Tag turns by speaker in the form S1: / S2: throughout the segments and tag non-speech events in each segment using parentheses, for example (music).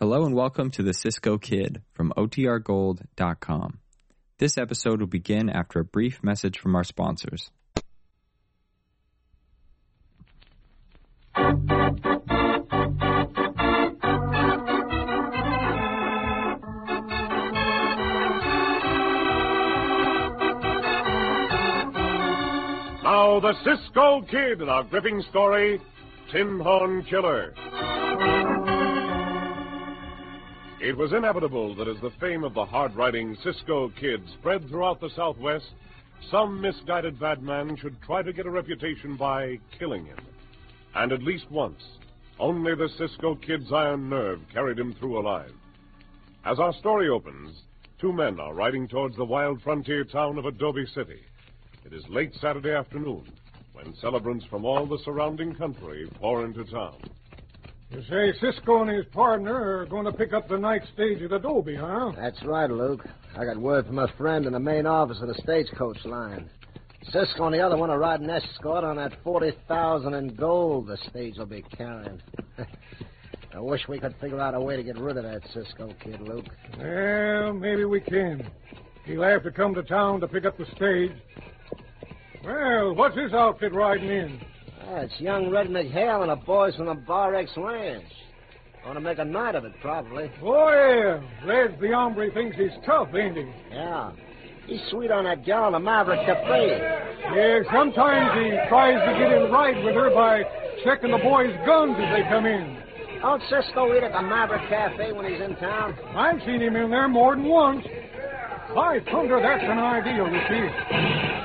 S1: Hello and welcome to the Cisco Kid from OTRGold.com. This episode will begin after a brief message from our sponsors.
S2: Now, the Cisco Kid in our gripping story Tin Horn Killer. It was inevitable that as the fame of the hard riding Cisco Kid spread throughout the Southwest, some misguided bad man should try to get a reputation by killing him. And at least once, only the Cisco Kid's iron nerve carried him through alive. As our story opens, two men are riding towards the wild frontier town of Adobe City. It is late Saturday afternoon when celebrants from all the surrounding country pour into town.
S3: You say Cisco and his partner are going to pick up the night stage at Adobe, huh?
S4: That's right, Luke. I got word from a friend in the main office of the stagecoach line. Cisco and the other one are riding escort on that 40000 in gold the stage will be carrying. (laughs) I wish we could figure out a way to get rid of that Cisco kid, Luke.
S3: Well, maybe we can. He'll have to come to town to pick up the stage. Well, what's his outfit riding in?
S4: Ah, it's young Red McHale and the boys from the Bar X Ranch. Want to make a night of it, probably.
S3: Oh, yeah. Reds the hombre thinks he's tough, ain't he?
S4: Yeah. He's sweet on that gal in the Maverick Cafe.
S3: Yeah, sometimes he tries to get in right with her by checking the boys' guns as they come in.
S4: Don't Cisco eat at the Maverick Cafe when he's in town?
S3: I've seen him in there more than once. By thunder, that's an idea, you see.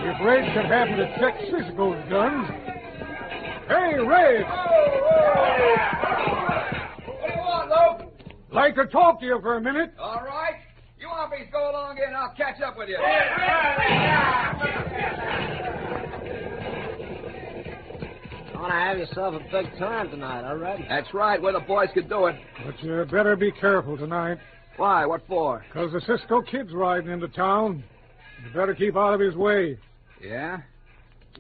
S3: If Red should happen to check Cisco's guns. Hey, Red!
S5: What do you want, Luke?
S3: Like to talk to you for a minute.
S5: All right. You want me to go along in? I'll catch up with you.
S4: Want to have yourself a big time tonight, all right?
S5: That's right, where the boys could do it.
S3: But you better be careful tonight,
S5: Why? What for?
S3: 'cause the Cisco kid's riding into town. You better keep out of his way.
S5: Yeah?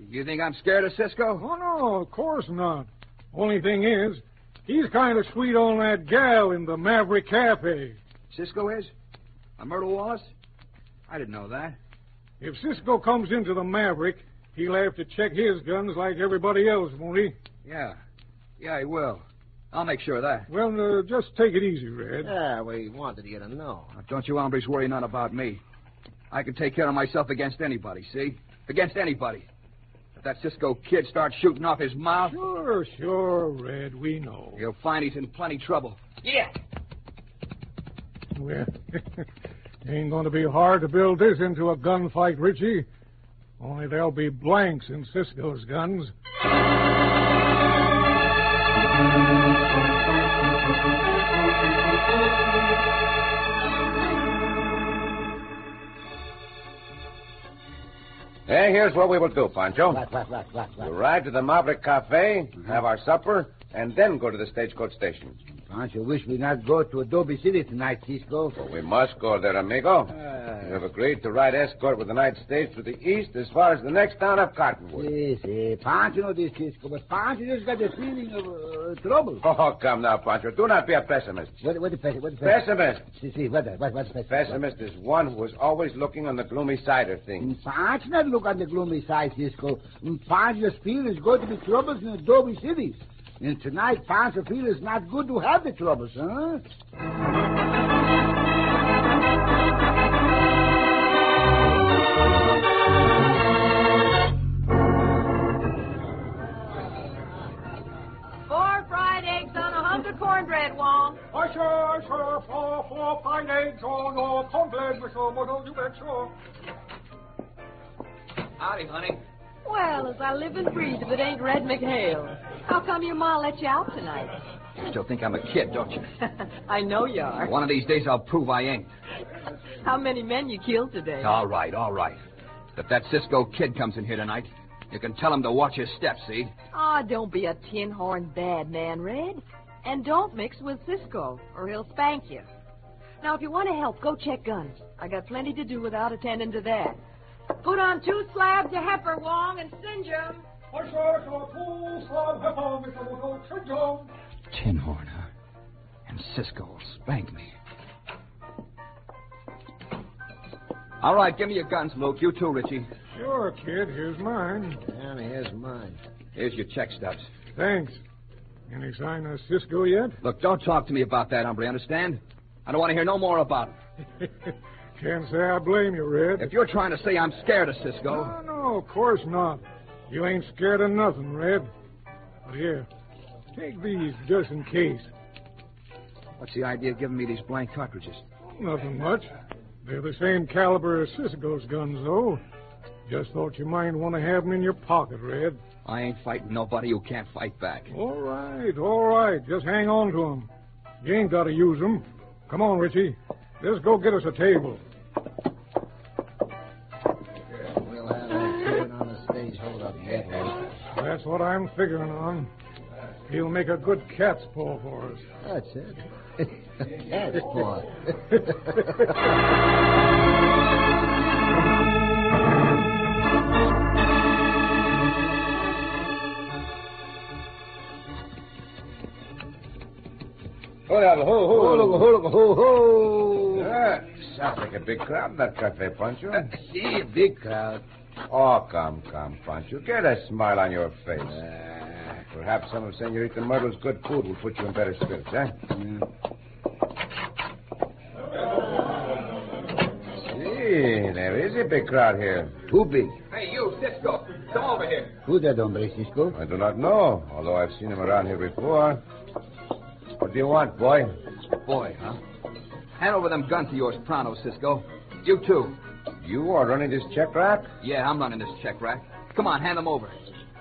S5: You think I'm scared of Cisco?
S3: Oh, no, of course not. Only thing is, he's kind of sweet on that gal in the Maverick Cafe.
S5: Cisco is? A Myrtle Wallace? I didn't know that.
S3: If Cisco comes into the Maverick, he'll have to check his guns like everybody else, won't he?
S5: Yeah. Yeah, he will. I'll make sure of that.
S3: Well, uh, just take it easy, Red.
S6: Uh.
S4: Yeah, we wanted you to know.
S5: Now, don't you hombres worry none about me. I can take care of myself against anybody, see? Against anybody. If that Cisco kid starts shooting off his mouth,
S3: Sure, sure, Red, we know.
S5: you'll find he's in plenty trouble.
S3: Well, (laughs) ain't going to be hard to build this into a gunfight, Richie. Only there'll be blanks in Cisco's guns.
S7: Hey, here's what we will do, Pancho.
S4: What, what, what, what,
S7: We'll
S4: what?
S7: ride to the Maverick Cafe, have our supper, and then go to the stagecoach station.
S6: Don't you wish we not go to Adobe City tonight, Cisco?
S7: But we must go there, amigo.
S6: Uh,
S5: Uh,
S7: you have agreed to ride escort with the night stage to the east as far as the next town of Cottonwood.
S6: Yes, eh, Pancho know this, Cisco, but Pancho just got the feeling of uh, trouble.
S7: Oh, come now, Pancho. Do not be a pessimist.
S6: What, what the pes- What the pes-
S7: Pessimist.
S6: See, see, what, the- what, what's the
S7: Pessimist is one who is always looking on the gloomy side of things.
S6: And Pancho not look on the gloomy side, Cisco. And Pancho just feel is going to be troubles in Adobe City. And tonight, Pancho feel is not good to have the troubles, huh?
S8: Four fried eggs on a hunk of cornbread, Wong.
S7: Oh,
S3: Usher, usher, four, four, five, eight, oh, no, cornbread, monsieur, Moto, you bet, sure.
S5: Howdy, honey.
S8: Well, as I live and breathe, if it ain't Red McHale. How come your ma let you out tonight?
S5: You still think I'm a kid, don't you?
S8: (laughs) I know you are.
S5: One of these days I'll prove I ain't.
S8: How many men you killed today?
S5: All right, all right. If that Cisco kid comes in here tonight, you can tell him to watch his steps, see?
S8: Ah, don't be a tin horn bad man, Red. And don't mix with Cisco, or he'll spank you. Now, if you want to help, go check guns. I got plenty to do without attending to that. Put on two slabs of heifer, Wong, and singe 'em.
S3: Usher, usher, full slab, pepper, monsieur, Moto, sit down.
S5: Tinhorn, huh? And Cisco will spank me. All right, give me your guns, Luke. You too, Richie.
S3: Sure, kid. Here's mine.
S4: And here's mine.
S5: Here's your check stubs.
S3: Thanks. Any sign of Cisco yet? (laughs)
S5: Look, don't talk to me about that, hombre, understand? I don't want to hear no more about
S3: it. Can't say I blame you, Red.
S5: If you're trying to say I'm scared of Cisco.
S3: No, no, of course not. You ain't scared of nothing, Red. But here, take these just in case.
S5: What's the idea of giving me these blank cartridges?
S3: Nothing much. They're the same caliber as Cisco's guns, though. Just thought you might want to have them in your pocket, Red.
S5: I ain't fighting nobody who can't fight back.
S3: All right, all right. Just hang on to 'em. You ain't got to use 'em. Come on, Richie. Let's go get us a table.
S4: We'll have that on the stage hold up dead.
S3: That's what I'm figuring on. He'll make a good cat's paw for us.
S4: That's it. That's boy.
S7: Hold up, ho,
S4: Ho,
S7: ho.
S4: ho, ho, ho.
S7: Ah, sounds like a big crowd in that cafe,
S5: (laughs)
S7: Pancho.
S4: See, big crowd.
S7: Oh, come, come, Pancho. Get a smile on your face. Perhaps some of Senorita Myrtle's good food will put you in better spirits, eh? See, there is a big crowd here.
S4: Too big.
S5: Hey, you, Cisco, come over here.
S4: Who's that hombre, Cisco?
S7: I do not know, although I've seen him around here before. What do you want, boy?
S5: Boy, huh? Hand over them guns of yours, pronto, Cisco. You too.
S7: You are running this check rack?
S5: Yeah, I'm running this check rack. Come on, hand them over.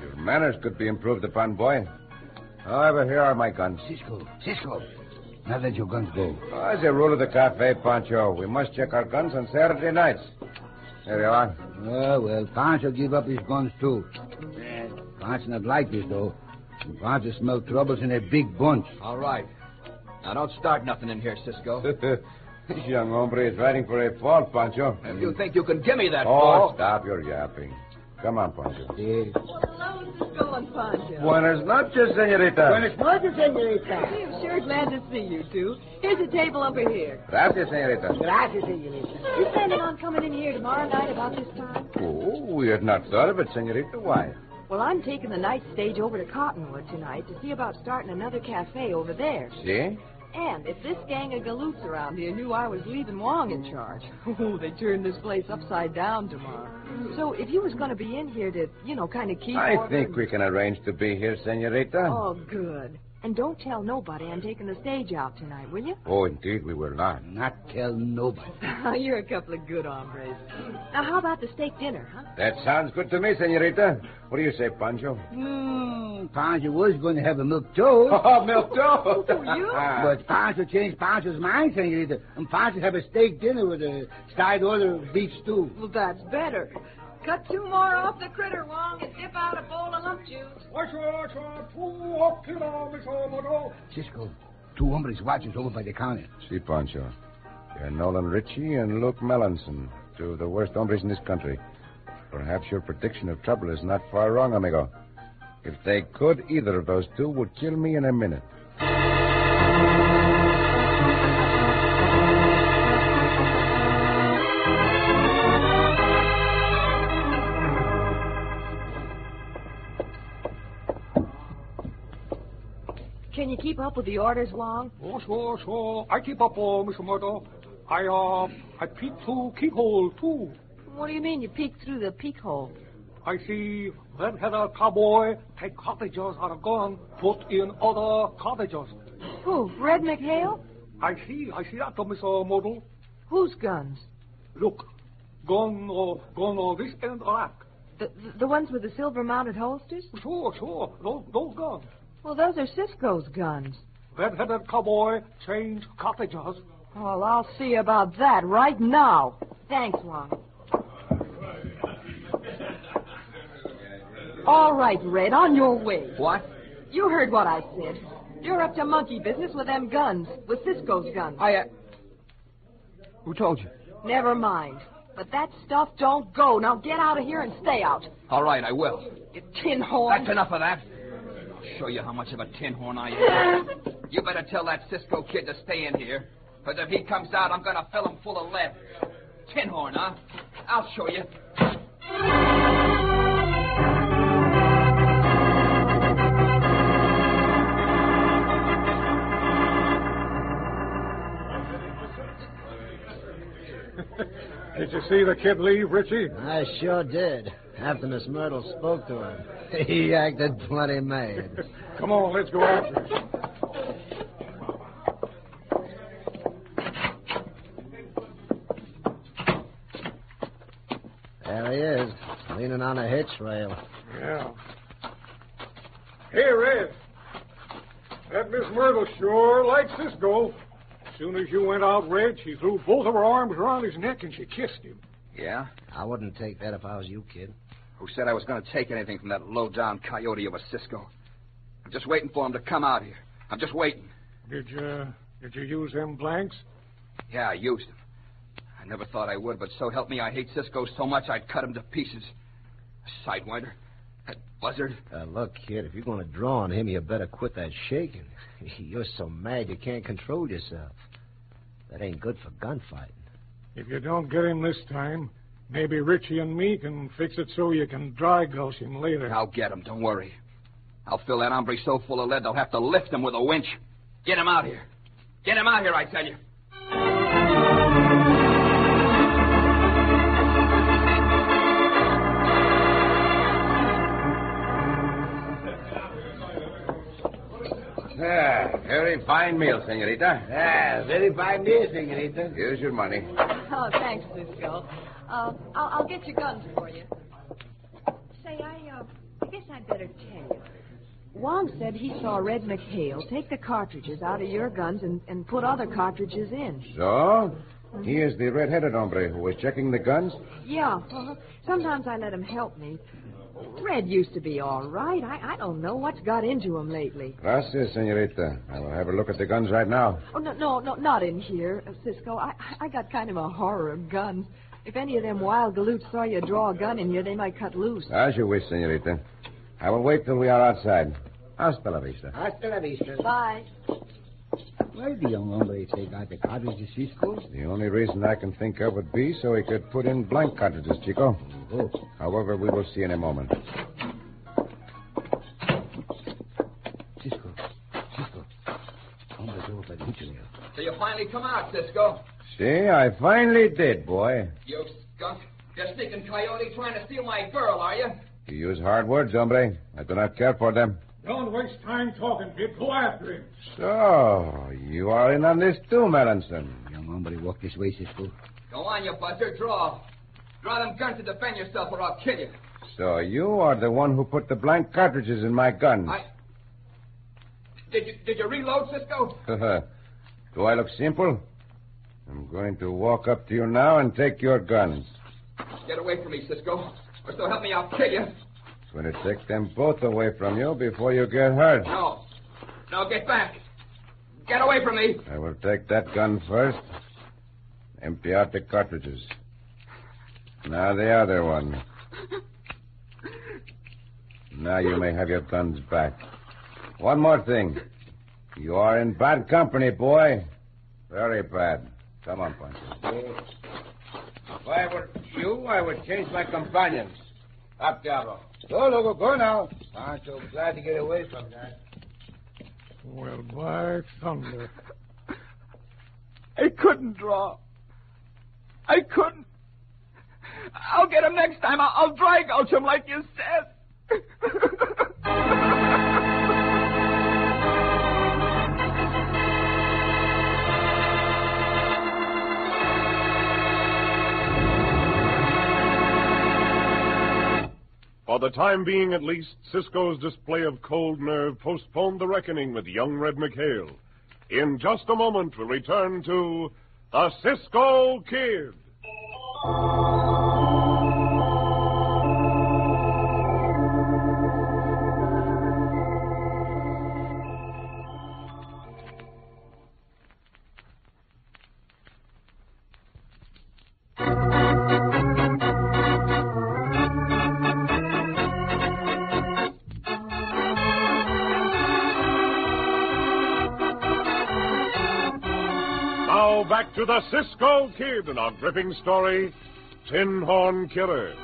S7: Your manners could be improved upon, boy. However, here are my guns.
S4: Cisco. Cisco. Now let your guns go.
S7: As a rule of the cafe, Pancho, we must check our guns on Saturday nights. Here you are. (laughs)
S4: Oh, well, Pancho give up his guns, too. Pancho not like this, though. Pancho smell troubles in a big bunch.
S5: All right. Now, don't start nothing in here, Cisco.
S7: this young hombre is riding for a fall, Pancho.
S5: if you think you can give me that
S7: Oh,
S5: ball.
S7: stop your yapping. Come on, Pancho.
S4: Yes.
S8: Well, hello, Cisco and Poncho.
S7: Buenas noches, senorita.
S6: noches, senorita.
S8: I'm sure glad to see you two. Here's a table over here.
S7: Gracias, senorita.
S6: Gracias, senorita.
S8: You planning on coming in here tomorrow night about this time?
S7: Oh, we had not thought of it, senorita. Why?
S8: Well, I'm taking the night stage over to Cottonwood tonight to see about starting another cafe over there.
S7: See?
S8: And if this gang of galoots around here knew I was leaving Wong in charge, (laughs) oh, they turned this place upside down tomorrow. So if you was going to be in here to, you know, kind of keep.
S7: I
S8: order-
S7: think we can arrange to be here, senorita.
S8: Oh, good. And don't tell nobody I'm taking the stage out tonight, will you?
S7: Oh, indeed, we will not.
S4: Not tell nobody.
S8: (laughs) You're a couple of good hombres. Now, how about the steak dinner, huh?
S7: That sounds good to me, senorita. What do you say, Pancho?
S4: Mm, Pancho was going to have a milk toast.
S7: (laughs) Oh, milk toast.
S8: Oh, you?
S7: Ah,
S4: But Pancho changed Pancho's mind, senorita. And Pancho have a steak dinner with a side order of beef stew.
S8: Well, that's better. Cut two more off the critter, Wong, and dip out a bowl of lump juice.
S4: Cisco, two hombres watching over by the counter.
S7: See, Pancho. You're Nolan Ritchie and Luke Melanson, two of the worst hombres in this country. Perhaps your prediction of trouble is not far wrong, amigo. If they could, either of those two would kill me in a minute.
S8: Can you keep up with the orders, Wong?
S3: Oh, sure, sure. I keep up, oh, Mr. Murdo. I, uh, I peep through keyhole, too.
S8: What do you mean you peeked through the peek hole?
S3: I see red-headed cowboy take cottages out of gun, put in other cottages.
S8: Who? Red McHale?
S3: I see, I see that, uh, Mr. Myrtle.
S8: Whose guns?
S3: Look, gone, uh, gone uh, this end of that.
S8: The, the, the ones with the silver mounted holsters?
S3: Sure, sure, those, those guns.
S8: Well, those are Cisco's guns.
S3: Red-headed cowboy change cottages.
S8: Well, I'll see about that right now. Thanks, Wong. All right, Red, on your way.
S5: What?
S8: You heard what I said. You're up to monkey business with them guns, with Cisco's guns.
S5: I. Uh... Who told you?
S8: Never mind. But that stuff don't go. Now get out of here and stay out.
S5: All right, I will.
S8: You tin horn.
S5: That's enough of that. I'll show you how much of a tin horn I am. You better tell that Cisco kid to stay in here. Because if he comes out, I'm going to fill him full of lead. Tinhorn, huh? I'll show you.
S3: Did you see the kid leave, Richie?
S6: I sure did. After Miss Myrtle spoke to him, (laughs) he acted plenty mad.
S3: Come on, let's go after him.
S6: There he is, leaning on a hitch rail.
S3: Yeah. Hey, Red. That Miss Myrtle sure likes Cisco. As soon as you went out, Red, she threw both of her arms around his neck and she kissed him.
S5: Yeah?
S6: I wouldn't take that if I was you, kid.
S5: Who said I was going to take anything from that low-down coyote of a Cisco? I'm just waiting for him to come out here. I'm just waiting.
S3: Did you did you use them blanks?
S5: Yeah, I used him. I never thought I would, but so help me, I hate Cisco so much I'd cut him to pieces. Sidewinder, that buzzard.
S6: Uh, look, kid, if you're going to draw on him, you better quit that shaking. (laughs) You're so mad you can't control yourself. That ain't good for gunfighting.
S3: If you don't get him this time, maybe Richie and me can fix it so you can dry gulch him later.
S5: I'll get him, don't worry. I'll fill that hombre so full of lead they'll have to lift him with a winch. Get him out here. Get him out here, I tell you.
S7: Ah, very fine meal, senorita.
S9: Ah, very fine meal, senorita.
S7: Here's your money.
S8: Oh, thanks, Cisco. Uh, I'll, I'll get your guns for you. Say, I, uh, I guess I'd better tell you. Juan said he saw Red McHale take the cartridges out of your guns and, and put other cartridges in.
S7: So? He is the red-headed hombre who was checking the guns?
S8: Yeah. uh-huh. Sometimes I let him help me. Red used to be all right. I, I don't know what's got into him lately.
S7: Gracias, senorita. I will have a look at the guns right now.
S8: Oh, no, no, no, not in here, uh, Cisco. I, I got kind of a horror of guns. If any of them wild galoots saw you draw a gun in here, they might cut loose.
S7: As you wish, senorita. I will wait till we are outside. Hasta la vista.
S9: Hasta la vista.
S8: Bye.
S9: Why the young hombre take out the cartridges, Cisco?
S7: The only reason I can think of would be so he could put in blank cartridges, Chico.
S9: Oh,
S7: However, we will see in a moment.
S9: Cisco. Cisco. Hombre's over by the hitch rail.
S5: So you finally come out, Cisco.
S7: See, I finally did, boy.
S5: You skunk. You sneaking coyote trying to steal my girl, are you?
S7: You use hard words, hombre. I do not care for them.
S3: Don't waste time talking, kid. Go after him.
S7: So, you are in on this too, Melanson.
S9: Young hombre, walk this way, Cisco.
S5: Go on, you buzzard. Draw. Draw them guns to defend yourself or I'll kill you.
S7: So, you are the one who put the blank cartridges in my gun.
S5: I. Did you, did you reload, Cisco?
S7: (laughs) do I look simple? I'm going to walk up to you now and take your guns.
S5: Get away from me, Cisco. Or so help me, I'll kill you.
S7: Going to take them both away from you before you get hurt.
S5: No. No, get back. Get away from me.
S7: I will take that gun first. Empty out the cartridges. Now the other one. Now you may have your guns back. One more thing. You are in bad company, boy. Very bad. Come on, Pancho.
S10: If I were you, I would change my companions. Up, Diablo.
S9: Go, Logo, go now.
S10: Aren't you glad to get away from that?
S3: Well, by thunder.
S5: I couldn't draw. I couldn't. I'll get him next time. I'll, I'll dry gulch him like you said.
S3: For the time being, at least, Cisco's display of cold nerve postponed the reckoning with young Red McHale. In just a moment, we'll return to the Cisco Kid.
S7: Now back to the Cisco Kid and our gripping story, Tin Horn Killer.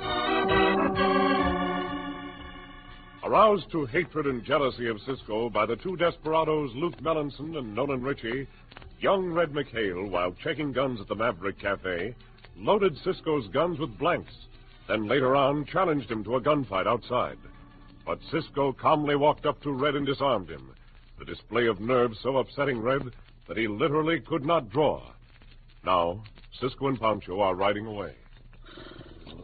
S7: Aroused to hatred and jealousy of Cisco by the two desperados, Luke Melanson and Nolan Ritchie, young Red McHale, while checking guns at the Maverick Cafe, loaded Cisco's guns with blanks, then later on challenged him to a gunfight outside. But Cisco calmly walked up to Red and disarmed him, the display of nerve so upsetting Red that he literally could not draw. Now, Cisco and Pancho are riding away.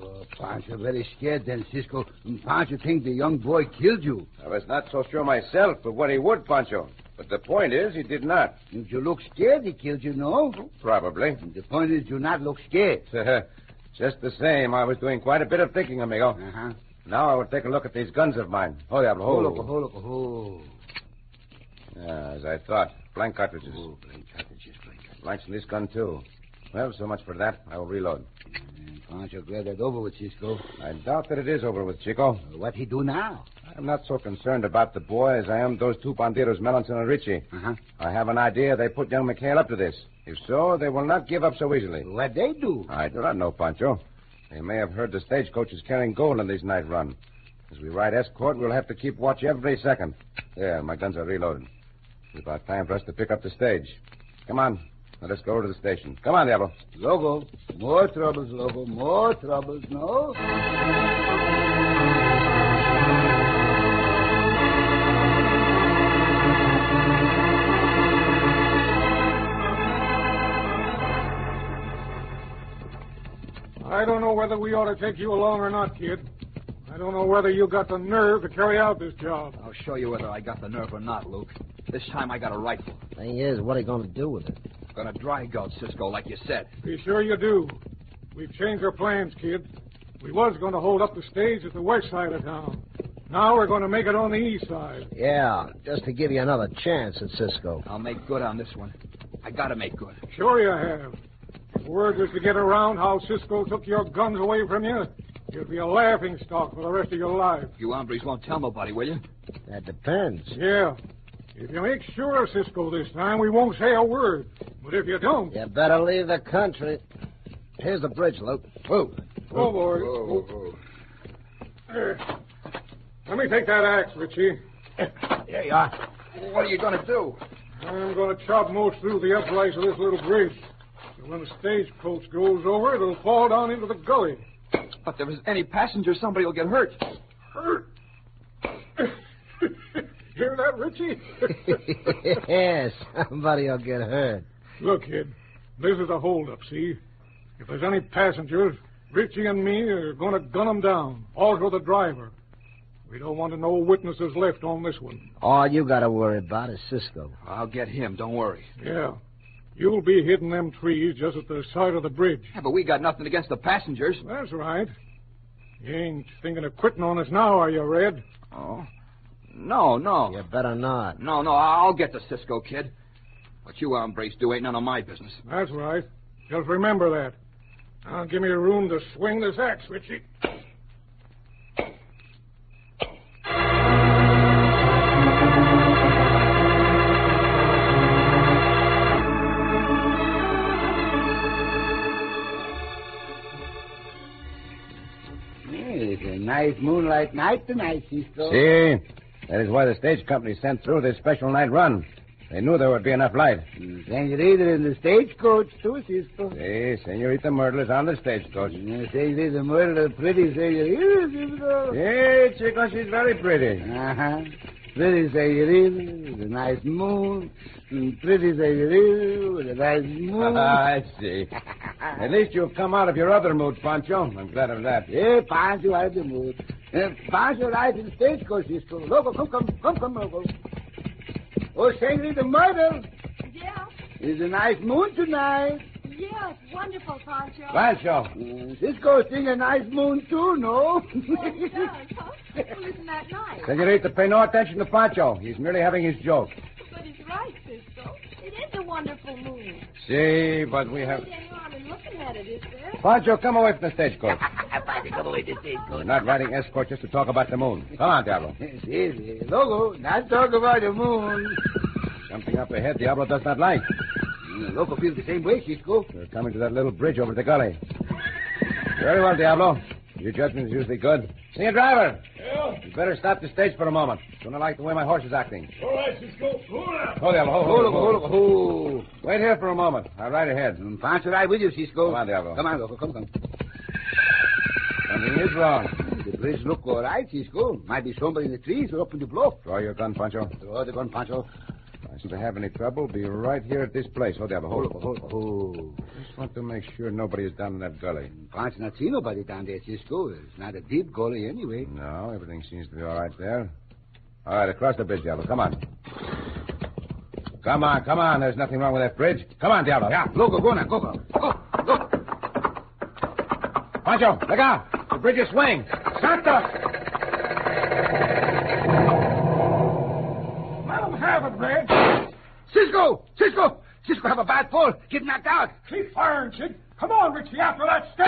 S6: Oh, Pancho, very scared then, Cisco. And Pancho think the young boy killed you.
S11: I was not so sure myself of what he would, Pancho. But the point is, he did not.
S6: If you look scared, he killed you, no?
S11: Probably. Uh-huh.
S6: And the point is, you not look
S11: (laughs)
S6: scared.
S11: Just the same, I was doing quite a bit of thinking, amigo.
S6: Uh-huh.
S11: Now I will take a look at these guns of mine. Hold up, hold
S6: up, hold up, hold.
S11: Yeah, (laughs) as I thought. Blank cartridges.
S6: Oh, blank cartridges, blank cartridges.
S11: Blanks in this gun, too. Well, so much for that. I will reload.
S6: Mm, Pancho, glad that over with, Cisco.
S11: I doubt that it is over with, Chico.
S6: Uh, What he do now?
S11: I'm not so concerned about the boy as I am those two bandidos, Melanson and Ritchie.
S6: Uh-huh.
S11: I have an idea they put young McHale up to this. If so, they will not give up so easily.
S6: What they do?
S11: I do not know, Pancho. They may have heard the stagecoach is carrying gold on this night run. As we ride escort, we'll have to keep watch every second. There, my guns are reloaded. It's about time for us to pick up the stage. Come on. Now let's go over to the station. Come on, Diablo.
S6: Logo. More troubles, Logo. More troubles, no?
S3: I don't know whether we ought to take you along or not, kid. I don't know whether you got the nerve to carry out this job.
S5: I'll show you whether I got the nerve or not, Luke. This time I got a rifle.
S12: Thing is, what are you going to do with it?
S5: Gonna dry gulch Cisco, like you said.
S3: Be sure you do. We've changed our plans, kid. We was going to hold up the stage at the west side of town. Now we're going to make it on the east side.
S12: Yeah, just to give you another chance at Cisco.
S5: I'll make good on this one. I gotta make good.
S3: Sure you have. The word was to get around how Cisco took your guns away from you. You'll be a laughing stock for the rest of your life.
S5: You hombres won't tell nobody, will you?
S12: That depends.
S3: Yeah. If you make sure of Cisco this time, we won't say a word. But if you don't,
S12: You better leave the country. Here's the bridge, Luke. (laughs)
S11: Whoa.
S3: go for it.
S11: Whoa, whoa, whoa.
S3: There. Let me take that axe, Richie.
S5: There you are. What are you gonna do?
S3: I'm going to chop most through the uprights of this little bridge. So when the stagecoach goes over, it'll fall down into the gully.
S5: But if there's any passenger, somebody will get hurt.
S3: Hurt. (laughs) Hear that, Richie?
S12: yes, somebody will get hurt.
S3: Look, kid, this is a holdup, see? If there's any passengers, Richie and me are going to gun 'em down, also the driver. We don't want no witnesses left on this one.
S12: All you got to worry about is Cisco.
S5: I'll get him, don't worry.
S3: Yeah. You'll be hitting them trees just at the side of the bridge.
S5: Yeah, but we got nothing against the passengers.
S3: That's right. You ain't thinking of quitting on us now, are you, Red?
S5: Oh. No, no.
S12: You better not.
S5: No, no, I- I'll get the Cisco kid. What you hombres do ain't none of my business.
S3: That's right. Just remember that. Now give me room to swing this axe, Richie.
S6: Hey, it's a nice moonlight night tonight, Cisco.
S11: See? That is why the stage company sent through this special night run. They knew there would be enough light.
S6: And Senorita Mm, in the stagecoach, too, Cisco.
S11: See, Senorita Myrtle is on the stagecoach.
S6: Yeah, Senorita Mm, Myrtle, pretty Senorita, Cisco.
S11: Hey, Chico, she's very pretty.
S6: Uh-huh. Pretty Senorita, with a nice moon. And pretty Senorita, with a nice moon.
S11: (laughs) I see. At least you've come out of your other mood, Pancho. I'm glad of that.
S6: Yeah, Eh, Pancho out of the mood. Uh, Pancho right in the stagecoach, Cisco. Loco, come, come, come, come, Loco. Oh, Senorita Myrtle,
S8: (laughs) Yeah,
S6: it's a nice moon tonight.
S8: yeah, it's wonderful, Pancho.
S11: Pancho,
S6: Uh, Cisco sing a nice moon, too, no?
S8: Oh, it does, huh? Well, isn't that nice?
S11: Senorita, pay no attention to Pancho. He's merely having his joke.
S8: But it's right, Cisco. It is a wonderful moon.
S11: See, but we have.
S8: Ain't any harm in looking at it, is there?
S11: Pancho, come away from
S6: (laughs)
S11: the stagecoach.
S6: come away the
S11: We're
S6: stagecoach.
S11: not riding escort just to talk about the moon. Come
S6: (laughs)
S11: on, Diablo.
S6: Si, si. Loco, not talk about the moon.
S11: Something up ahead Diablo does not like.
S6: Mm,
S5: The local feels the same way, Cisco.
S6: We're coming to that little bridge over the gully. Very well, Diablo. Your judgment is usually good. See you, driver.
S7: Yeah?
S6: You better stop the stage for a moment. Don't I like the way my horse is acting.
S7: All right, Cisco. Hold up.
S6: Hold, Diablo. Hold, hold, hold, hold, hold.
S5: Oh,
S6: Wait here for a moment. I'll ride ahead.
S5: Ponce ride with you, Cisco.
S6: Come on, Diablo.
S5: Come on, loco. Come, come.
S6: Something is wrong.
S5: The bridge look all right, Cisco. Might be somebody in the trees or up in the bluff.
S6: Draw your gun, Pancho.
S5: Throw the gun, Pancho.
S6: If I should have any trouble, be right here at this place. Hold, Diablo. Hold, hold, hold.
S5: Oh,
S6: Just want to make sure nobody is down in that gully.
S5: Ponce Mm, not see nobody down there, Cisco. It's not a deep gully anyway.
S6: No, everything seems to be all right there. All right, across the bridge, Diablo. Come on. Come on, come on. There's nothing wrong with that bridge. Come on, Diablo. Yeah.
S5: Loco, go now, go, go.
S6: Pancho, look out. The bridge is swaying. Santa!
S13: Let 'em have it, Red.
S5: Cisco! Cisco! Cisco have a bad fall. Get knocked out.
S13: Keep firing, Kid. Come on, Richie, after that step.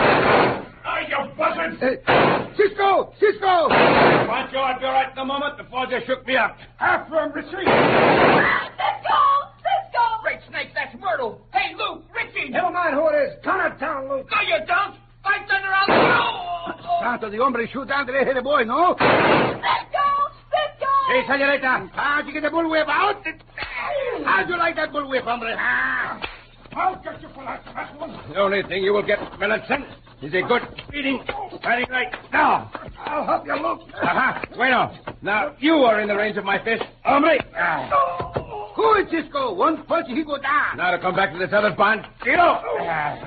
S7: Are you buzzing?
S5: Uh, Cisco! Cisco!
S7: Pancho, I'd be all right in a moment before they shook me up.
S13: After him, Richie.
S8: Cisco! Cisco!
S14: Great snake, that's Myrtle. Hey, Luke, Richie.
S5: Never mind who it is. Gun it down, Luke.
S14: No, you don't. I turn around. No!
S5: Santo, the hombre shoot down to the head of boy, no?
S8: Cisco! Cisco!
S5: Hey, senorita,
S6: Ah,
S5: how'd you get the bullwhip out? How'd you like that bullwhip, hombre, huh?
S13: I'll get you for that, fat one.
S6: The only thing you will get, Melanson, is a good beating. Fighting right now.
S5: I'll help you, Luke.
S6: Aha, bueno. Now, you are in the range of my fist. Hombre! Ah.
S5: Who is Cisco? One punch, he go down.
S6: Now to come back to this other bond. Ah.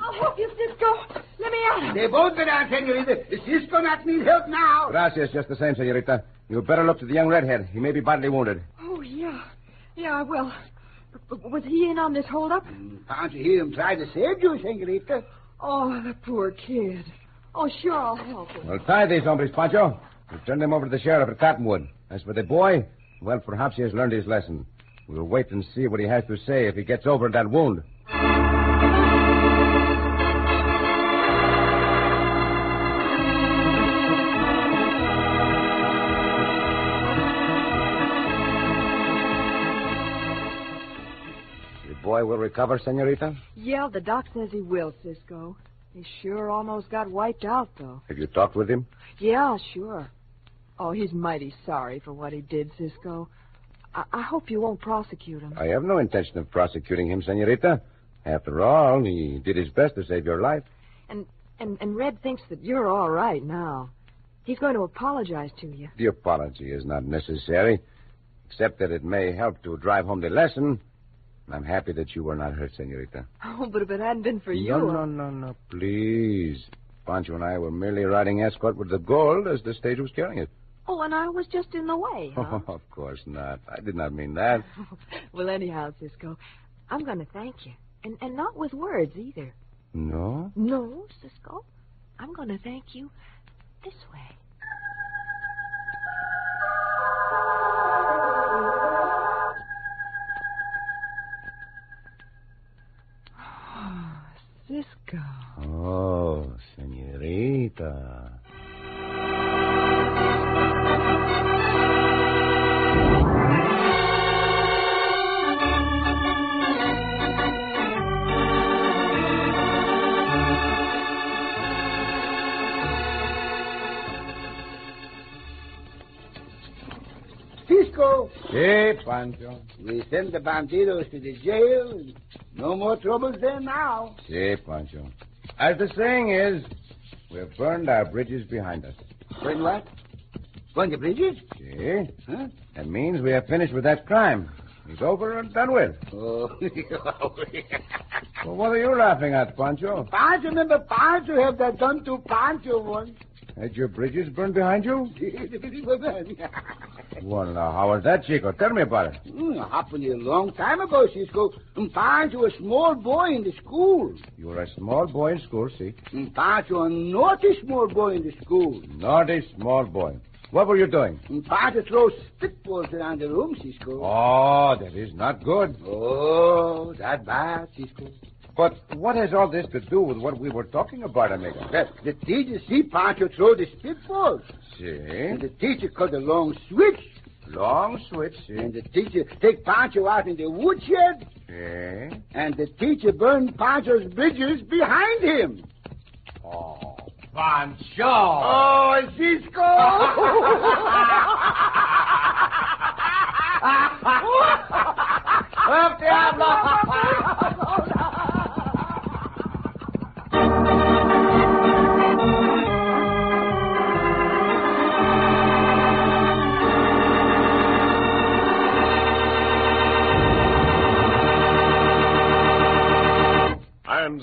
S8: I'll help you, Cisco. Let me out.
S5: They both been out, senorita. Cisco not need help now.
S6: Gracias, just the same, senorita. You better look to the young redhead. He may be bodily wounded.
S8: Oh, yeah. Yeah, I will. But, but was he in on this holdup?
S5: Can't you hear him try to save you, senorita?
S8: Oh, the poor kid. Oh, sure, I'll help him.
S6: Well, tie these hombres, Pancho. We'll turn them over to the sheriff at Cottonwood. As for the boy, well, perhaps he has learned his lesson. We'll wait and see what he has to say if he gets over that wound. The boy will recover, senorita?
S8: Yeah, the doc says he will, Cisco. He sure almost got wiped out, though.
S6: Have you talked with him?
S8: Yeah, sure. Oh, he's mighty sorry for what he did, Cisco. I, I hope you won't prosecute him.
S6: I have no intention of prosecuting him, senorita. After all, he did his best to save your life.
S8: And, and and Red thinks that you're all right now. He's going to apologize to you. (laughs)
S6: The apology is not necessary, except that it may help to drive home the lesson. I'm happy that you were not hurt, senorita.
S8: Oh, but if it hadn't been for you,
S6: No, no, no, no, please. Pancho and I were merely riding escort with the gold as the stage was carrying it.
S8: oh, and I was just in the way. Huh?
S6: (laughs) of course not. I did not mean that.
S8: (laughs) well, anyhow, Cisco, I'm going to thank you, and and not with words either.
S6: No?
S8: No, Cisco, I'm going to thank you this way. (sighs) Cisco.
S6: Oh, senorita.
S5: Cisco!
S6: Hey, Pancho.
S5: We send the bandidos to the jail. No more troubles there now.
S6: Hey, Pancho. As the saying is, we've burned our bridges behind us.
S5: When what? Burn the bridges?
S6: See?
S5: Huh?
S6: That means we have finished with that crime. It's over and done with.
S5: Oh. (laughs)
S6: Well, what are you laughing at, Pancho?
S5: Pancho, remember Pancho have that done to Pancho once.
S6: Had your bridges burned behind
S5: (laughs)
S6: you?
S5: Mm,
S6: Well, now, how was that, Chico? Tell me about it.
S5: Hmm. happened a long time ago, Cisco. Mm, Pancho a small boy in the school.
S6: You were a small boy in school, see?
S5: Mm, Pancho a naughty small boy in the school.
S6: Naughty small boy. What were you doing?
S5: Mm, Pancho throws spitballs around the room, Cisco.
S6: Oh, that is not good.
S5: Oh, that bad, Cisco.
S6: But what has all this to do with what we were talking about, amigo?
S5: Well, the teacher see Pancho throw the spitballs.
S6: See?
S5: And the teacher cut a long switch.
S6: Long switch, see?
S5: And the teacher take Pancho out in the woodshed.
S15: Yeah?
S6: And the teacher burned Pancho's bridges behind him.
S15: Oh.
S16: Pancho!
S6: Oh, Cisco!
S16: Up Diablo!
S7: And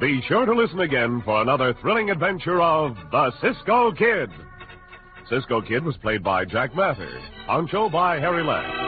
S7: Be sure to listen again for another thrilling adventure of The Cisco Kid. Cisco Kid was played by Jack Mather, Poncho by Harry Lang.